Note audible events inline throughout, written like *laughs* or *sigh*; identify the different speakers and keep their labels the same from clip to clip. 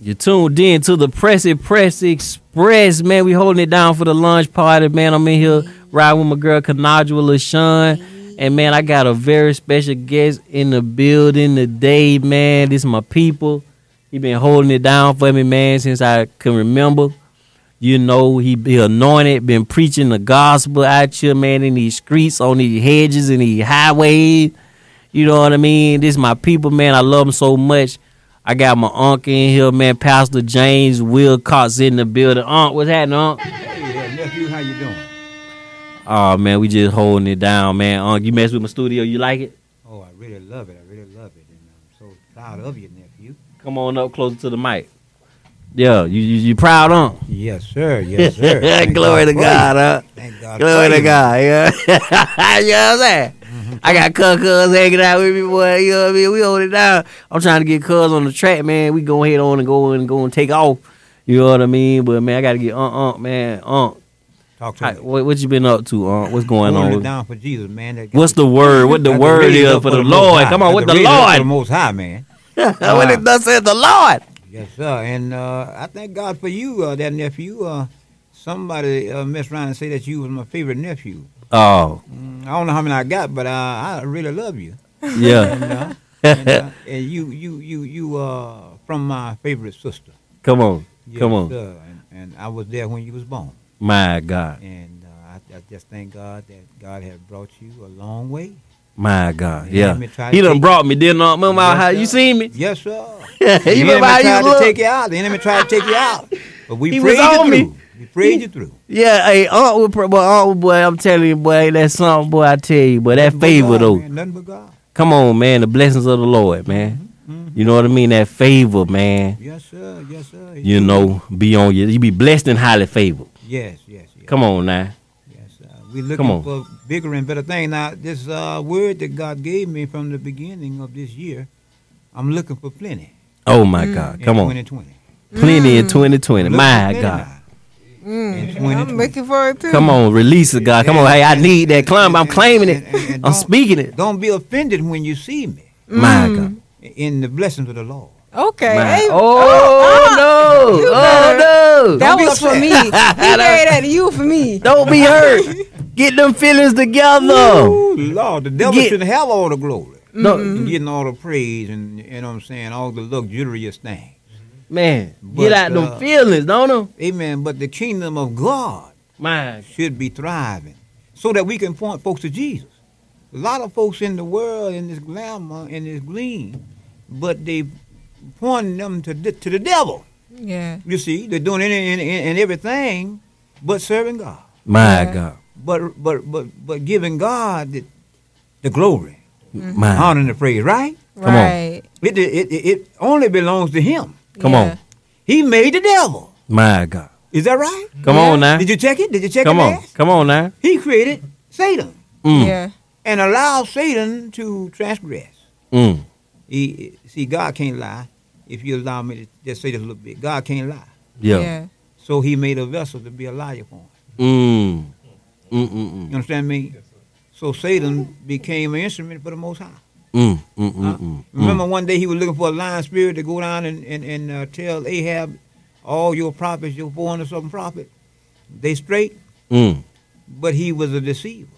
Speaker 1: You tuned in to the Pressy Press Express, man. We holding it down for the lunch party, man. I'm in here riding with my girl Kanajwa LaShawn. And man, I got a very special guest in the building today, man. This is my people. He been holding it down for me, man, since I can remember. You know, he be anointed, been preaching the gospel out here, man, in these streets, on these hedges, and these highways. You know what I mean? This is my people, man. I love them so much. I got my uncle in here, man. Pastor James Wilcox in the building. Unc, what's happening, Unc?
Speaker 2: Hey, nephew, how you doing?
Speaker 1: Oh man, we just holding it down, man. Unc, you mess with my studio, you like it?
Speaker 2: Oh, I really love it. I really love it, and I'm so proud of you, nephew.
Speaker 1: Come on up closer to the mic. Yeah, you you, you proud, Unc?
Speaker 2: Yes, sir. *laughs* Yes,
Speaker 1: *laughs*
Speaker 2: sir. Thank
Speaker 1: Glory to
Speaker 2: for
Speaker 1: God, huh?
Speaker 2: you. Thank God.
Speaker 1: Glory
Speaker 2: for
Speaker 1: to
Speaker 2: you.
Speaker 1: God, yeah. you know *laughs* what I'm saying?
Speaker 2: Mm-hmm.
Speaker 1: I got cuz cuz hanging out with me, boy. You know what I mean? We hold it down. I'm trying to get cuz on the track, man. We go ahead on and go and go and take off. You know what I mean? But man, I gotta get uh uh man. Uh
Speaker 2: Talk to
Speaker 1: I-
Speaker 2: me.
Speaker 1: what, what you been up to, uh? What's going
Speaker 2: Holding it
Speaker 1: on?
Speaker 2: down for Jesus, man. That-
Speaker 1: What's the word? What the
Speaker 2: Got
Speaker 1: word
Speaker 2: raise
Speaker 1: is
Speaker 2: up
Speaker 1: for the
Speaker 2: Most
Speaker 1: Lord?
Speaker 2: High.
Speaker 1: Come on,
Speaker 2: Got
Speaker 1: what
Speaker 2: to
Speaker 1: the
Speaker 2: raise up for the
Speaker 1: Lord?
Speaker 2: Most High, man.
Speaker 1: *laughs* What it thus said the Lord.
Speaker 2: Yes, sir. And uh, I thank God for you, uh, that nephew. Uh, somebody uh, messed around and say that you was my favorite nephew.
Speaker 1: Oh,
Speaker 2: Mm, I don't know how many I got, but uh, I really love you.
Speaker 1: yeah.
Speaker 2: know?
Speaker 1: *laughs*
Speaker 2: and, uh, and you, you, you, you, uh, from my favorite sister.
Speaker 1: Come on, come
Speaker 2: Yes,
Speaker 1: on.
Speaker 2: sir. And, and I was there when you was born.
Speaker 1: My God,
Speaker 2: And uh, I, I just thank God that God has brought you a long way.
Speaker 1: my God,
Speaker 2: He
Speaker 1: yeah.
Speaker 2: had me try to
Speaker 1: He done
Speaker 2: take-
Speaker 1: brought me. Didn't uh, remember
Speaker 2: Yes,
Speaker 1: how you
Speaker 2: sir.
Speaker 1: seen me?
Speaker 2: Yes, sir.
Speaker 1: *laughs* you
Speaker 2: the enemy
Speaker 1: remember how
Speaker 2: tried
Speaker 1: you
Speaker 2: to take
Speaker 1: look?
Speaker 2: you out. The enemy tried to take you out. But we
Speaker 1: He was
Speaker 2: prayed you
Speaker 1: on me.
Speaker 2: through. We prayed you through.
Speaker 1: Yeah, hey, Uncle, boy, Uncle, boy, I'm telling you, boy, that's something, boy, I tell you, boy, that
Speaker 2: Nothing but
Speaker 1: favor
Speaker 2: God,
Speaker 1: though.
Speaker 2: man. Nothing but God.
Speaker 1: Come on, man, the blessings of the Lord, man.
Speaker 2: Mm-hmm.
Speaker 1: You know what I mean? That favor, man.
Speaker 2: Yes, sir. Yes, sir.
Speaker 1: You know, be on you. You be blessed and highly favored.
Speaker 2: Yes, yes, yes.
Speaker 1: Come on now.
Speaker 2: Yes, sir. We're looking
Speaker 1: Come on.
Speaker 2: for bigger and better things. Now, this uh, word that God gave me from the beginning of this year, I'm looking for plenty.
Speaker 1: Oh my God,
Speaker 2: Mm. in Mm.
Speaker 1: come on.
Speaker 2: 2020.
Speaker 1: Plenty in 2020.
Speaker 2: Looking
Speaker 1: My
Speaker 2: for plenty
Speaker 1: God.
Speaker 2: now.
Speaker 3: Mm.
Speaker 2: In
Speaker 3: I'm
Speaker 2: 2020.
Speaker 3: looking for it too.
Speaker 1: Come on, release it, God. Come on. Hey, I need that climb. I'm claiming
Speaker 2: And-
Speaker 1: it.
Speaker 2: and- and
Speaker 1: I'm
Speaker 2: don't- Mm.
Speaker 1: speaking it.
Speaker 2: Don't be offended when you see me
Speaker 1: My God.
Speaker 2: in the blessings of the Lord.
Speaker 3: Okay.
Speaker 1: My,
Speaker 3: eh, Hey,
Speaker 1: oh, no.
Speaker 3: you
Speaker 1: Oh, no.
Speaker 3: that
Speaker 2: don't be
Speaker 3: was
Speaker 1: *laughs*
Speaker 3: for
Speaker 2: upset.
Speaker 3: me. He made that to you for me.
Speaker 1: Don't be
Speaker 2: *laughs* Mm-hmm.
Speaker 1: hurt. Get them feelings together.
Speaker 2: Oh, Lord, the devil
Speaker 1: Get-
Speaker 2: shouldn't have all the glory.
Speaker 1: No,
Speaker 2: And getting all the praise and, you know what I'm saying, all the luxurious things.
Speaker 1: man, get
Speaker 2: But,
Speaker 1: out them
Speaker 2: uh,
Speaker 1: feelings, don't them?
Speaker 2: Amen. But the kingdom of God
Speaker 1: My
Speaker 2: should be thriving so that we can point folks to Jesus. A lot of folks in the world, in this glamour, in this gleam, but they pointing them to the, to the devil.
Speaker 3: Yeah.
Speaker 2: You see, they're doing any and, and and everything but serving God.
Speaker 1: my
Speaker 3: Yeah.
Speaker 1: God.
Speaker 2: but but but but giving God the, the glory,
Speaker 1: My
Speaker 2: honor, and the praise. Right?
Speaker 1: Come on.
Speaker 3: right.
Speaker 2: It, it it it only belongs to Him.
Speaker 1: Come
Speaker 3: yeah.
Speaker 1: on.
Speaker 2: He made the devil.
Speaker 1: My God.
Speaker 2: Is that right?
Speaker 1: Come
Speaker 3: Yeah.
Speaker 1: on now.
Speaker 2: Did you check it? Did you check
Speaker 1: Come
Speaker 2: it?
Speaker 1: on. Come on now.
Speaker 2: He created Satan
Speaker 1: Mm,
Speaker 3: Yeah.
Speaker 2: and allowed Satan to transgress.
Speaker 1: mm.
Speaker 2: He see God can't lie. If you allow me to just say this a little bit, God can't lie.
Speaker 1: Yeah.
Speaker 2: So He made a vessel to be a liar for him.
Speaker 1: Mm. Mm, mm,
Speaker 2: You understand me? So Satan became an instrument for the Most High.
Speaker 1: mm, mm,
Speaker 2: Uh,
Speaker 1: mm, mm, mm.
Speaker 2: Remember one day he was looking for a lion spirit to go down and, and, and uh, tell Ahab, all your prophets, your 400 something prophet, they straight,
Speaker 1: Mm.
Speaker 2: but he was a deceiver.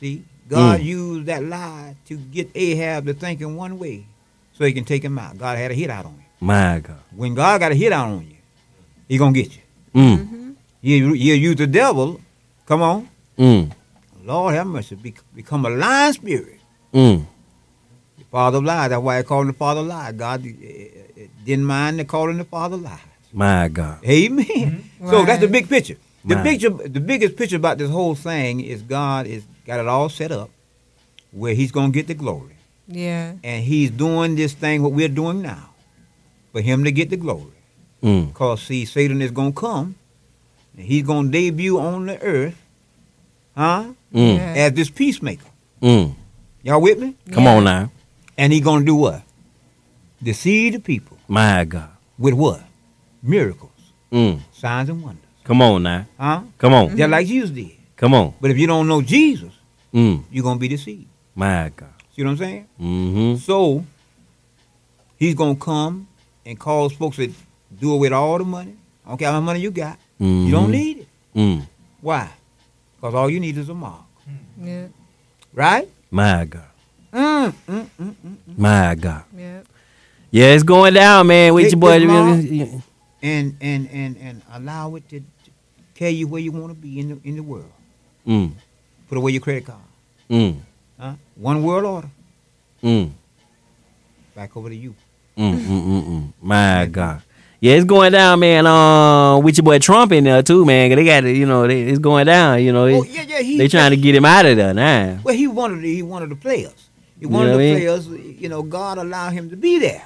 Speaker 2: See, God
Speaker 1: Mm.
Speaker 2: used that lie to get Ahab to think in one way so he can take him out. God had a hit out on him.
Speaker 1: My God.
Speaker 2: When God got a hit out on you, he going to get you.
Speaker 1: Mm.
Speaker 2: You you use the devil, come on,
Speaker 1: Mm.
Speaker 2: Lord have mercy, be, become a lion spirit.
Speaker 1: Mm.
Speaker 2: The father of lies. That's why I call him the father of lies. God eh, eh, eh, didn't mind the calling the father of lies.
Speaker 1: My God.
Speaker 2: Amen. So that's the
Speaker 3: Mm-hmm. Right.
Speaker 2: big picture. The
Speaker 1: Right.
Speaker 2: picture, the biggest picture about this whole thing is God is got it all set up where He's gonna get the glory,
Speaker 3: Yeah.
Speaker 2: and He's doing this thing what we're doing now for Him to get the glory.
Speaker 1: Mm.
Speaker 2: Cause see, Satan is gonna come, and he's gonna debut on the earth, huh?
Speaker 1: Mm.
Speaker 3: Yeah.
Speaker 2: As this peacemaker.
Speaker 1: Mm.
Speaker 2: Y'all with me?
Speaker 1: Come on now.
Speaker 2: And he gonna do what? Deceive the people
Speaker 1: My God.
Speaker 2: with what? Miracles,
Speaker 1: Mm.
Speaker 2: signs and wonders,
Speaker 1: Come on now.
Speaker 2: huh?
Speaker 1: Come on.
Speaker 2: Just like Jesus did.
Speaker 1: Come on.
Speaker 2: But if you don't know Jesus,
Speaker 1: Mm.
Speaker 2: you're gonna be deceived.
Speaker 1: My God.
Speaker 2: See what I'm saying?
Speaker 1: Mm-hmm.
Speaker 2: So he's gonna come and cause folks to do away with all the money. I don't care how much money you got. You don't
Speaker 1: Mhm.
Speaker 2: need it.
Speaker 1: Mm.
Speaker 2: Why? Because all you need is a mark.
Speaker 3: Yep.
Speaker 2: Right?
Speaker 1: My God.
Speaker 2: Mm, mm, mm, mm.
Speaker 1: My God.
Speaker 3: Yep.
Speaker 1: Yeah, it's going down, man. With
Speaker 2: Big,
Speaker 1: your boy.
Speaker 2: big law. And, and, and, and allow it to, to carry you where you want to be in the, in the world.
Speaker 1: Mm,
Speaker 2: Put away your credit card.
Speaker 1: mm,
Speaker 2: Huh? One world order.
Speaker 1: mm,
Speaker 2: Back over to you.
Speaker 1: mm, mm, mm, mm. My God. Yeah, it's going down, man. Uh, with your boy Trump in there too, man. 'cause they got it, you know, they, it's going down. You know,
Speaker 2: Oh
Speaker 1: It-
Speaker 2: yeah, yeah. He,
Speaker 1: they trying to get him out of there now.
Speaker 2: Well, he wanted the, he wanted the players. He
Speaker 1: You
Speaker 2: wanted
Speaker 1: know what I
Speaker 2: the
Speaker 1: mean?
Speaker 2: players. You know, God allowed him to be there.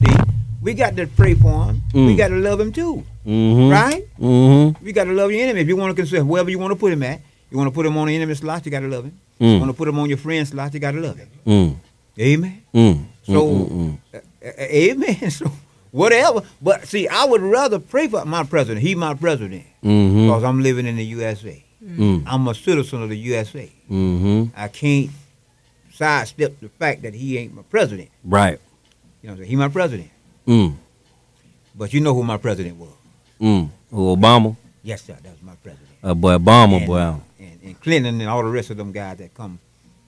Speaker 2: See, we got to pray for him. We
Speaker 1: Mm.
Speaker 2: got to love him too,
Speaker 1: Mm-hmm.
Speaker 2: right?
Speaker 1: Mm-hmm.
Speaker 2: We got to love your enemy. If you want to consider whoever you want to put him at, you want to put him on the enemy slot, you got to love him. You want
Speaker 1: Mm.
Speaker 2: to put him on your friend slot, you got to love him.
Speaker 1: Mm.
Speaker 2: Amen.
Speaker 1: Mm.
Speaker 2: So,
Speaker 1: mm, mm,
Speaker 2: Uh, uh, amen. *laughs* So, whatever. But see, I would rather pray for my president. He my president
Speaker 1: mm.
Speaker 2: because I'm living in the USA.
Speaker 1: Mhm.
Speaker 2: I'm a citizen of the USA.
Speaker 1: Mm-hmm.
Speaker 2: I can't sidestep the fact that he ain't my president.
Speaker 1: Right.
Speaker 2: You know, what I'm saying? he my president.
Speaker 1: Mm.
Speaker 2: But you know who my president was?
Speaker 1: Mm. Oh, Obama.
Speaker 2: Yes, sir, that was my president.
Speaker 1: Uh, boy, Obama,
Speaker 2: and,
Speaker 1: boy.
Speaker 2: And, and Clinton and all the rest of them guys that come,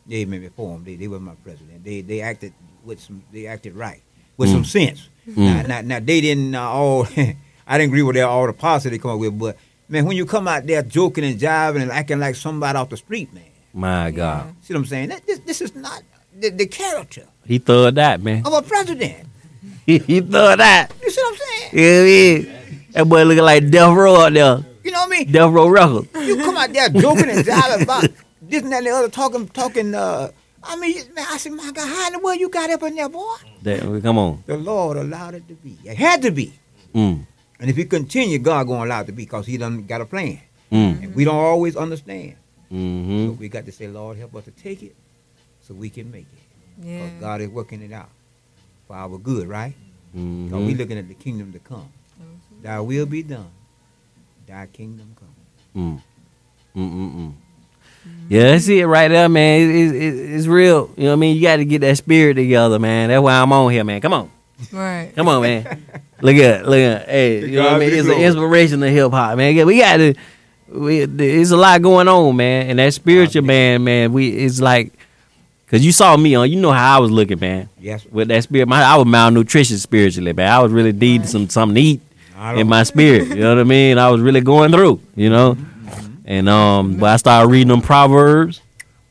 Speaker 2: they made before him. They, they were my president. They they acted with some they acted right with some sense. Now, now, now they didn't uh, all. *laughs* I didn't agree with their, all the policy they come up with, but man, when you come out there joking and jiving and acting like somebody off the street, man,
Speaker 1: My God.
Speaker 2: see what I'm saying? That, this this is not the, the character
Speaker 1: He thugged that, man. *laughs*
Speaker 2: of a president.
Speaker 1: he thugged that.
Speaker 2: You see what I'm saying?
Speaker 1: Yeah, yeah. That boy looking like Death Row out there.
Speaker 2: You know what I mean?
Speaker 1: Death Row Records.
Speaker 2: You come out there joking and jiving about this and that and the other, talking, talking. Uh, I mean, man, I said, my God, how in the world you got up in there, boy?
Speaker 1: That, come on.
Speaker 2: The Lord allowed it to be. It had to be.
Speaker 1: Mm.
Speaker 2: And if he continue, God gonna allow it to be because he done got a plan.
Speaker 1: Mm.
Speaker 2: And we don't always understand.
Speaker 1: Mm-hmm.
Speaker 2: But we got to say, Lord, help us to take it so we can make it.
Speaker 3: Yeah.
Speaker 2: Because God is working it out for our good, right? Because we
Speaker 1: Mm-hmm.
Speaker 2: looking at the kingdom to come. Thy will be done. Thy kingdom come.
Speaker 1: Mm. Mm-mm-mm. Yeah, that's it right there, man. It, it, it, it's real. You know what I mean? You got to get that spirit together, man. That's why I'm on here, man. Come on.
Speaker 3: Right.
Speaker 1: Come on, man. look at, look at, hey,
Speaker 2: To
Speaker 1: you know what I
Speaker 2: God
Speaker 1: mean?
Speaker 2: be the
Speaker 1: It's an
Speaker 2: glory.
Speaker 1: inspiration to hip hop, man. Yeah, We got to, we, it's a lot going on, man. And that spiritual man, man, we, it's like, cause you saw me on, you know how I was looking, man.
Speaker 2: Yes.
Speaker 1: With that spirit, my, I was malnutrition spiritually, man. I was really needing some something to eat
Speaker 2: I
Speaker 1: in
Speaker 2: don't-
Speaker 1: my spirit. You know what I mean? I was really going through, you know.
Speaker 2: Mm-hmm.
Speaker 1: And um, but I started reading them proverbs.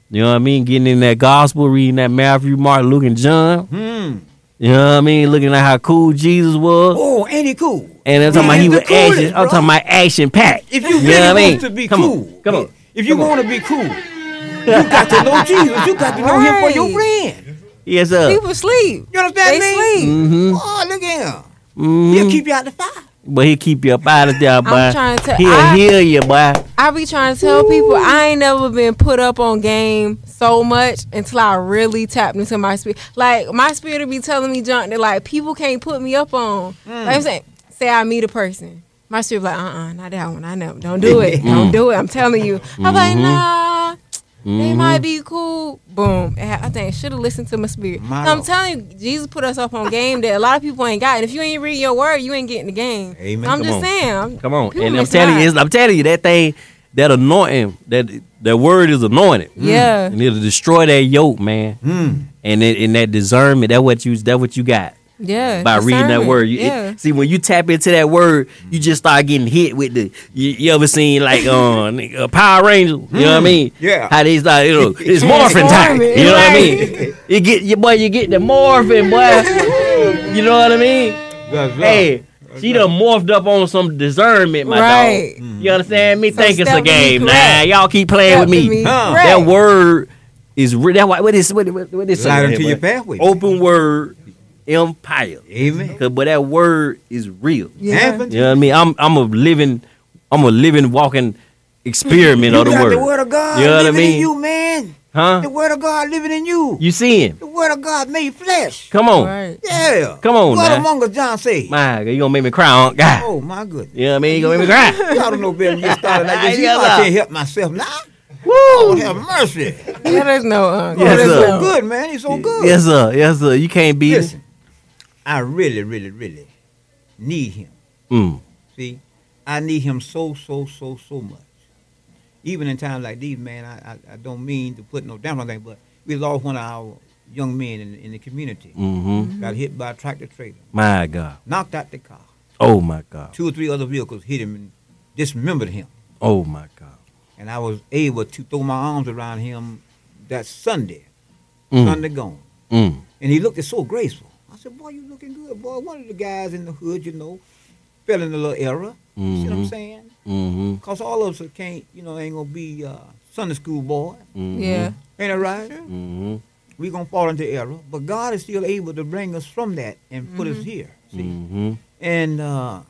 Speaker 1: You know what I mean? Getting in that gospel, reading that Matthew, Mark, Luke, and John.
Speaker 2: Hmm.
Speaker 1: You know what I mean? Looking at how cool Jesus was.
Speaker 2: Oh, ain't he cool?
Speaker 1: And I'm talking about
Speaker 2: Man,
Speaker 1: he
Speaker 2: the
Speaker 1: was
Speaker 2: coolest,
Speaker 1: action. I'm
Speaker 2: bro.
Speaker 1: talking about action packed.
Speaker 2: If you
Speaker 1: know what I
Speaker 2: really
Speaker 1: mean?
Speaker 2: want to be
Speaker 1: Come on,
Speaker 2: cool,
Speaker 1: come on,
Speaker 2: If you
Speaker 1: come on.
Speaker 2: want to
Speaker 1: *laughs*
Speaker 2: be cool, you got to know Jesus. You got to know him for your friend.
Speaker 1: Yes, sir.
Speaker 3: People sleep.
Speaker 2: You
Speaker 3: They
Speaker 2: understand me?
Speaker 3: sleep.
Speaker 1: Mm-hmm.
Speaker 2: Oh, look at him. He'll
Speaker 1: mm-hmm.
Speaker 2: keep you out the fire.
Speaker 1: but he keep you up out of there, boy.
Speaker 3: trying to-
Speaker 1: He'll
Speaker 3: I-
Speaker 1: heal you, boy.
Speaker 3: I be trying to tell people I ain't never been put up on game so much until I really tapped into my spirit. Like my spirit be telling me junk that like people can't put me up on. Like
Speaker 1: Mm.
Speaker 3: I'm saying, say I meet a person, my spirit be like, uh, uh not that one. I never, don't
Speaker 1: *laughs*
Speaker 3: do it, don't do it. I'm telling you. I'm like,
Speaker 1: Mm-hmm.
Speaker 3: nah. They might be cool. Boom. I I think should have listened to my spirit.
Speaker 2: My
Speaker 3: So I'm
Speaker 2: Lord.
Speaker 3: telling you, Jesus put us up on game that a lot of people ain't got. And if you ain't reading your word, you ain't getting the game.
Speaker 2: Amen.
Speaker 3: I'm
Speaker 2: Come
Speaker 3: just
Speaker 1: on.
Speaker 3: saying. I'm-
Speaker 1: Come on.
Speaker 3: people
Speaker 1: and I'm
Speaker 3: miss
Speaker 1: telling
Speaker 3: out.
Speaker 1: you, it's- I'm telling you, that thing, that anointing, that that word is anointed. Mm.
Speaker 3: Yeah.
Speaker 1: And it'll destroy that yoke, man.
Speaker 2: Mm.
Speaker 1: And it, and that discernment, that what you that what you got.
Speaker 3: Yeah.
Speaker 1: by reading that
Speaker 3: discernment.
Speaker 1: word. You, it-
Speaker 3: yeah.
Speaker 1: see, when you tap into that word, you just start getting hit with the. You, you ever seen like
Speaker 3: *laughs*
Speaker 1: um a Power Ranger? You know what
Speaker 3: Mm.
Speaker 1: I mean?
Speaker 2: Yeah.
Speaker 1: How they start, you know, it's morphin' time.
Speaker 3: Transforming,
Speaker 1: You know what I
Speaker 3: right.
Speaker 1: mean? You get your boy, you get the morphin' boy. you know what I mean?
Speaker 2: That's right.
Speaker 1: Hey, she done morphed up on some discernment, my
Speaker 3: Right.
Speaker 1: dog. You understand me?
Speaker 3: So
Speaker 1: Think it's a
Speaker 3: step with me,
Speaker 1: game. Nah,
Speaker 3: correct.
Speaker 1: y'all keep playing
Speaker 3: Help
Speaker 1: with me.
Speaker 2: Huh.
Speaker 3: Right.
Speaker 1: That word is re- that why what is what what, what is
Speaker 2: Light
Speaker 1: saying
Speaker 2: unto
Speaker 1: here,
Speaker 2: your
Speaker 1: boy?
Speaker 2: pathway.
Speaker 1: Open word empire.
Speaker 2: Amen.
Speaker 1: Cause, but that word is real.
Speaker 3: Yeah.
Speaker 2: Happen.
Speaker 1: You know what I mean? I'm I'm a living, I'm a living walking experiment
Speaker 2: You
Speaker 1: of the
Speaker 2: got
Speaker 1: word.
Speaker 2: the word of God
Speaker 1: You know what I
Speaker 2: living
Speaker 1: mean?
Speaker 2: in you, man. The
Speaker 1: Huh?
Speaker 2: word of God living in you.
Speaker 1: You seeing?
Speaker 2: The word of God made flesh.
Speaker 1: Come on,
Speaker 3: Right.
Speaker 2: Yeah.
Speaker 1: Come on
Speaker 2: What
Speaker 1: now.
Speaker 2: among us, John say?
Speaker 1: my God, you gonna make me cry, Unc. God.
Speaker 2: Oh my goodness.
Speaker 1: You know what I mean? You gonna make me cry?
Speaker 2: Y'all don't know better than you
Speaker 1: *laughs*
Speaker 2: started like this. You
Speaker 1: Yeah,
Speaker 2: know
Speaker 1: God.
Speaker 2: I can't help myself now.
Speaker 1: Woo!
Speaker 2: Lord have mercy.
Speaker 3: Yeah, there's no. Uh,
Speaker 1: Yes,
Speaker 2: *laughs* oh, that's
Speaker 1: sir.
Speaker 2: so good, man. It's so good.
Speaker 1: Yes, sir. Yes, sir. You can't beat it.
Speaker 2: Listen, I really, really, really need him.
Speaker 1: Mm.
Speaker 2: See, I need him so, so, so, so much. Even in times like these, man, I, I, I don't mean to put no down on that, but we lost one of our young men in, in the community.
Speaker 1: Mm-hmm.
Speaker 2: Got hit by a tractor trailer,
Speaker 1: My God.
Speaker 2: knocked out the car.
Speaker 1: Oh my God.
Speaker 2: Two or three other vehicles hit him and dismembered him.
Speaker 1: Oh my God.
Speaker 2: And I was able to throw my arms around him that Sunday,
Speaker 1: Mm.
Speaker 2: Sunday gone.
Speaker 1: Mm.
Speaker 2: And he looked so graceful. I said, boy, you looking good, boy. One of the guys in the hood, you know, fell in a little error. You see what I'm
Speaker 1: Mhm.
Speaker 2: saying?
Speaker 1: Mm-hmm.
Speaker 2: Because all of us can't, you know, ain't going to be uh, Sunday school boy.
Speaker 1: Mm-hmm.
Speaker 3: Yeah.
Speaker 2: Ain't that right?
Speaker 1: Mm-hmm.
Speaker 2: We're going to fall into error. But God is still able to bring us from that and put us here. See?
Speaker 1: Mm-hmm.
Speaker 2: And uh,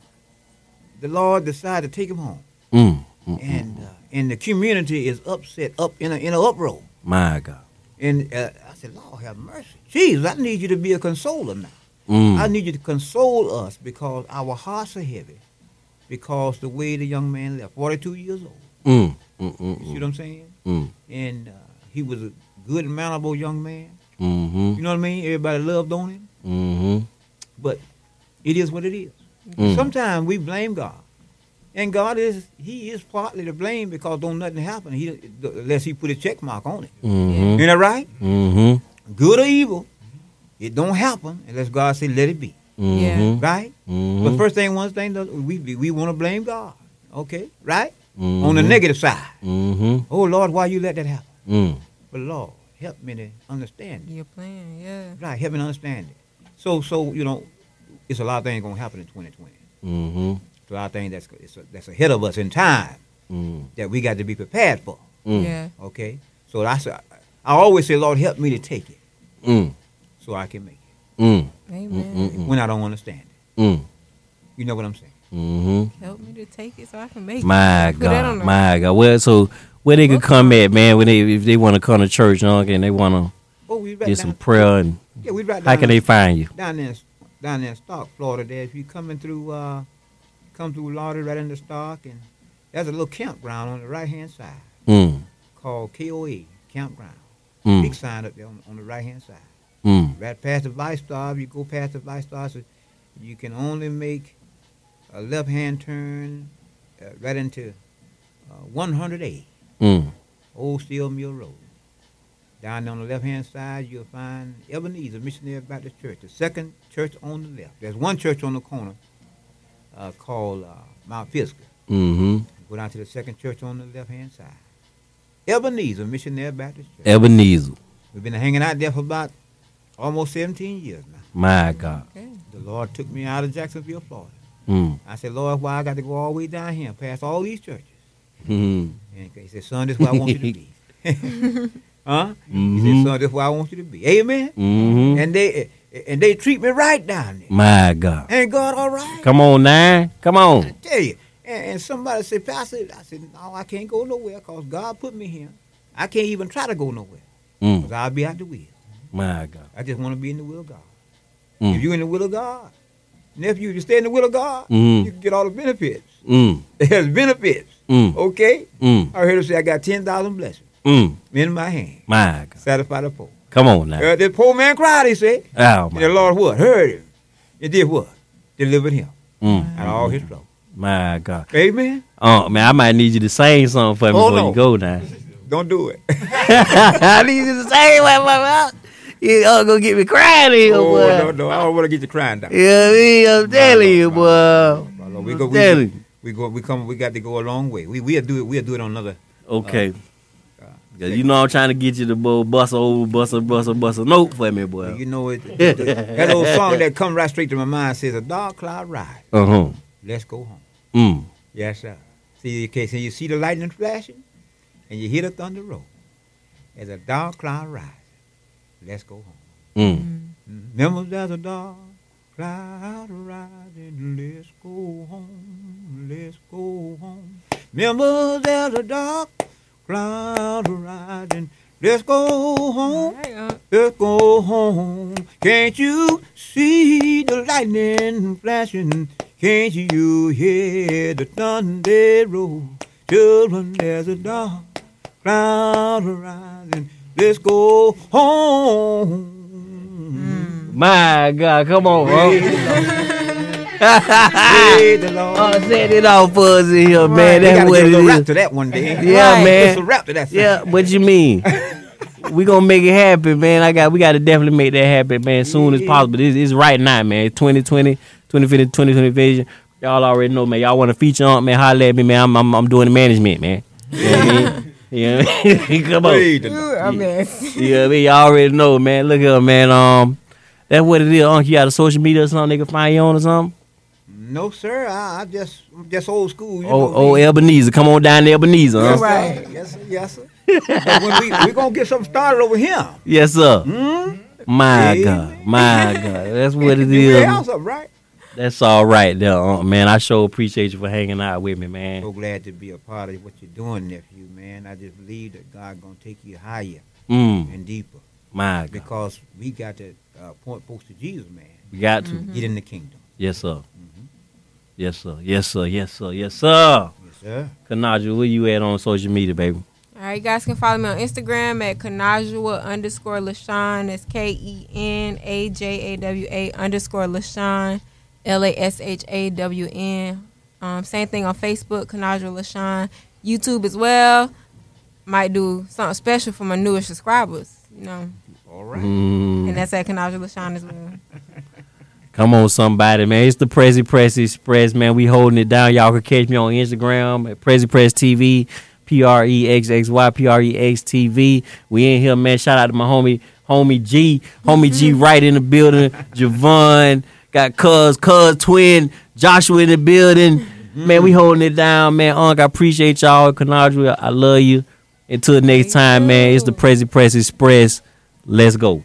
Speaker 2: the Lord decided to take him home.
Speaker 1: Mm. Mm.
Speaker 2: And uh, and the community is upset, up in a, in a uproar.
Speaker 1: My God.
Speaker 2: And uh, I said, Lord, have mercy. Jesus, I need you to be a consoler now.
Speaker 1: Mm.
Speaker 2: I need you to console us because our hearts are heavy because the way the young man left, 42 years old.
Speaker 1: Mm. Mm.
Speaker 2: You see
Speaker 1: Mm.
Speaker 2: what I'm saying?
Speaker 1: Mm.
Speaker 2: And uh, he was a good, mannerable young man.
Speaker 1: Mm-hmm.
Speaker 2: You know what I mean? Everybody loved on him,
Speaker 1: Mm-hmm.
Speaker 2: but it is what it is.
Speaker 1: Mm.
Speaker 2: Sometimes we blame God. And God is, he is partly to blame because don't nothing happen he, unless he put a check mark on it.
Speaker 1: Mm-hmm.
Speaker 2: Ain't that right?
Speaker 1: Mm-hmm.
Speaker 2: Good or evil, it don't happen unless God say let it be.
Speaker 1: Mm-hmm.
Speaker 2: Right? But
Speaker 1: Mm-hmm.
Speaker 2: first thing, one thing, that we we want to blame God. Okay, right? On the negative side.
Speaker 1: Mm-hmm.
Speaker 2: Oh Lord, why you let that happen?
Speaker 1: Mm.
Speaker 2: But Lord, help me to understand it.
Speaker 3: Your plan, yeah.
Speaker 2: Right, help me to understand it. So so you know, it's a lot of things gonna happen in 2020.
Speaker 1: Mm-hmm.
Speaker 2: It's a lot of things that's it's a, that's ahead of us in time
Speaker 1: Mm.
Speaker 2: that we got to be prepared for.
Speaker 1: Mm.
Speaker 3: Yeah.
Speaker 2: Okay, so that's I always say, Lord, help me to take it
Speaker 1: Mm.
Speaker 2: so I can make it
Speaker 1: Mm.
Speaker 3: Amen.
Speaker 1: Mm.
Speaker 2: when I don't understand it.
Speaker 1: Mm.
Speaker 2: You know what I'm saying?
Speaker 1: Mm-hmm.
Speaker 3: Help me to take it so I can make
Speaker 1: My
Speaker 3: it. Put that
Speaker 1: God,
Speaker 3: on the-
Speaker 1: my God. Well, so where they could come at, man, when they if they want to come to church, you know, and they want
Speaker 2: Oh, we right
Speaker 1: to get
Speaker 2: down,
Speaker 1: some prayer, and
Speaker 2: Yeah, we right
Speaker 1: how
Speaker 2: down
Speaker 1: can they find you?
Speaker 2: down there, in, down there in Stark, Florida. There, if you coming through, uh, come through Lauder right into Stark, and there's a little campground on the right hand side
Speaker 1: Mm,
Speaker 2: called KOA Campground. Big
Speaker 1: mm,
Speaker 2: sign up there on, on the right hand side.
Speaker 1: mm,
Speaker 2: Right past the Vice Star, you go past the Vice Star, so you can only make a left hand turn uh, right into uh, 100A,
Speaker 1: mm,
Speaker 2: Old Steel Mill Road. Down there on the left hand side, you'll find Ebenezer Missionary Baptist Church, the second church on the left. There's one church on the corner uh, called uh, Mount Pisgah.
Speaker 1: mm-hmm.
Speaker 2: Go down to the second church on the left hand side. Ebenezer Missionary Baptist Church.
Speaker 1: Ebenezer,
Speaker 2: We've been hanging out there for about almost 17 years now.
Speaker 1: my God.
Speaker 3: Okay.
Speaker 2: The Lord took me out of Jacksonville, Florida.
Speaker 1: Mm,
Speaker 2: I said, Lord, why I got to go all the way down here, past all these churches?
Speaker 1: mm,
Speaker 2: And he said, Son, this is where I want you to
Speaker 1: *laughs*
Speaker 2: be. huh? He
Speaker 1: Mhm.
Speaker 2: said, Son, this is where I want you to be. Amen.
Speaker 1: mm-hmm.
Speaker 2: And they and they treat me right down there.
Speaker 1: My God.
Speaker 2: Ain't God all right?
Speaker 1: Mm-hmm. Come on, nine. Come on.
Speaker 2: I tell you. And, and somebody said, Pastor, I said, No, I can't go nowhere because God put me here. I can't even try to go nowhere because
Speaker 1: Mm,
Speaker 2: I'll be out the wheel.
Speaker 1: my God.
Speaker 2: I just want to be in the will of God. If
Speaker 1: Mm,
Speaker 2: you're in the will of God, nephew, if you stay in the will of God,
Speaker 1: Mhm.
Speaker 2: you can get all the benefits. *laughs*
Speaker 1: mm,
Speaker 2: There's benefits.
Speaker 1: mm,
Speaker 2: Okay?
Speaker 1: mm,
Speaker 2: I heard him say, I got 10,000 blessings
Speaker 1: mm.
Speaker 2: in my hand.
Speaker 1: My God.
Speaker 2: Satisfy the poor.
Speaker 1: Come on now.
Speaker 2: Uh, the poor man cried, he said.
Speaker 1: Oh,
Speaker 2: And the
Speaker 1: my.
Speaker 2: Lord what? Heard him. And did what? Delivered him
Speaker 1: Mm,
Speaker 2: out of all his trouble.
Speaker 1: my God.
Speaker 2: Amen?
Speaker 1: Oh, man, I might need you to sing something for me before
Speaker 2: Oh, no.
Speaker 1: you go now. *laughs*
Speaker 2: Don't do it.
Speaker 1: I need you to say what my mouth. You all gonna get me crying here,
Speaker 2: *laughs* oh,
Speaker 1: boy.
Speaker 2: no, no. I don't want to get you crying down.
Speaker 1: You know what I mean? I'm telling you, boy.
Speaker 2: My Lord, We go,
Speaker 1: I'm
Speaker 2: we,
Speaker 1: telling
Speaker 2: go,
Speaker 1: you.
Speaker 2: we go, we come, we got to go a long way. We, we'll do it, we'll do it on another.
Speaker 1: Okay.
Speaker 2: uh,
Speaker 1: 'Cause you know I'm trying to get you to bo- bust over, bust a, bust a, bust a note for me,
Speaker 2: You
Speaker 1: boy.
Speaker 2: know, it, that old song that come right straight to my mind says, a dark cloud rise.
Speaker 1: Uh huh.
Speaker 2: Let's go home.
Speaker 1: Mm.
Speaker 2: Yes, sir. See, okay, so you see the lightning flashing, and you hear the thunder roll. As a dark cloud rises, let's go home.
Speaker 1: Mm.
Speaker 2: Remember, there's a dark cloud rising, let's go home, let's go home. Remember, there's a dark cloud rising, let's go
Speaker 3: All
Speaker 2: home,
Speaker 3: right, uh,
Speaker 2: let's go home. Can't you see the lightning flashing? Can't you hear the thunder roll? Children, there's a dark cloud rising. Let's go home.
Speaker 1: My God, come on, bro.
Speaker 2: Praise the
Speaker 1: *laughs*
Speaker 2: Lord.
Speaker 1: Oh, set it off for us in here, man.
Speaker 2: They
Speaker 1: That's
Speaker 2: gotta
Speaker 1: what
Speaker 2: give
Speaker 1: it
Speaker 2: a little rap
Speaker 1: is.
Speaker 2: to that one day.
Speaker 1: Yeah,
Speaker 3: Right.
Speaker 1: man.
Speaker 2: It's a rap to that. song.
Speaker 1: Yeah, what you mean? we gonna make it happen, man. I got we gotta definitely make that happen, man, as soon as possible. This is right now, man. 2020, 2050, 2020 vision. Y'all already know, man. Y'all want to feature on, man? Holla at me, man. I'm I'm, I'm doing the management, man. You know what I
Speaker 2: *laughs*
Speaker 1: mean? You know what I mean? *laughs* Come on.
Speaker 2: Praise the Lord.
Speaker 3: Ooh, I miss.
Speaker 1: You know what I mean? Y'all already know, man. Look up, man. Um, that's what it is. Unc, you got a social media or something? They can find you on or something.
Speaker 2: No, sir. I, I just, I'm just old school. You
Speaker 1: Oh,
Speaker 2: know
Speaker 1: oh,
Speaker 2: me.
Speaker 1: Ebenezer, come on down to Ebenezer. Huh?
Speaker 2: Yes, sir. Yes, sir. Yes, sir. But when we we gonna get something started
Speaker 1: *laughs*
Speaker 2: over here.
Speaker 1: Yes, sir.
Speaker 2: Mm-hmm.
Speaker 1: My
Speaker 2: Amen.
Speaker 1: God, my God, that's what it
Speaker 2: Everywhere
Speaker 1: is.
Speaker 2: else up, right?
Speaker 1: That's all right, there, Unc, man. I sure appreciate you for hanging out with me, man.
Speaker 2: So glad to be a part of what you're doing, nephew, man. I just believe that God gonna take you higher
Speaker 1: Mm,
Speaker 2: and deeper
Speaker 1: my God,
Speaker 2: because we got to uh, point folks to Jesus, man.
Speaker 1: we got to.
Speaker 2: Get in the kingdom.
Speaker 1: Yes, sir.
Speaker 2: Mm-hmm.
Speaker 1: Yes, sir. Yes, sir. Yes, sir. Yes, sir.
Speaker 2: Yes, sir.
Speaker 1: Kanaja, where you at on social media, baby?
Speaker 3: All right, you guys can follow me on Instagram at Kanajua underscore Lashawn. That's K E N A J A W A underscore Lashawn, L A S H A W N. Um, same thing on Facebook, Kanajua Lashawn. YouTube as well. Might do something special for my newest subscribers, you know.
Speaker 2: All right.
Speaker 1: Mm.
Speaker 3: And that's at Kanajua Lashawn as well.
Speaker 1: Come on, somebody, man. It's the Prezi Press Express, man. We holding it down. Y'all can catch me on Instagram at Prezi Press TV, P R E X X Y, P R E X TV. We in here, man. Shout out to my homie, homie G. Homie G right in the building. Javon, got cuz, cuz twin, Joshua in the building. Man, we holding it down, man. Unc, I appreciate y'all. Kanadra, I love you. Until next time, man, it's the Prezi Press Express. Let's go.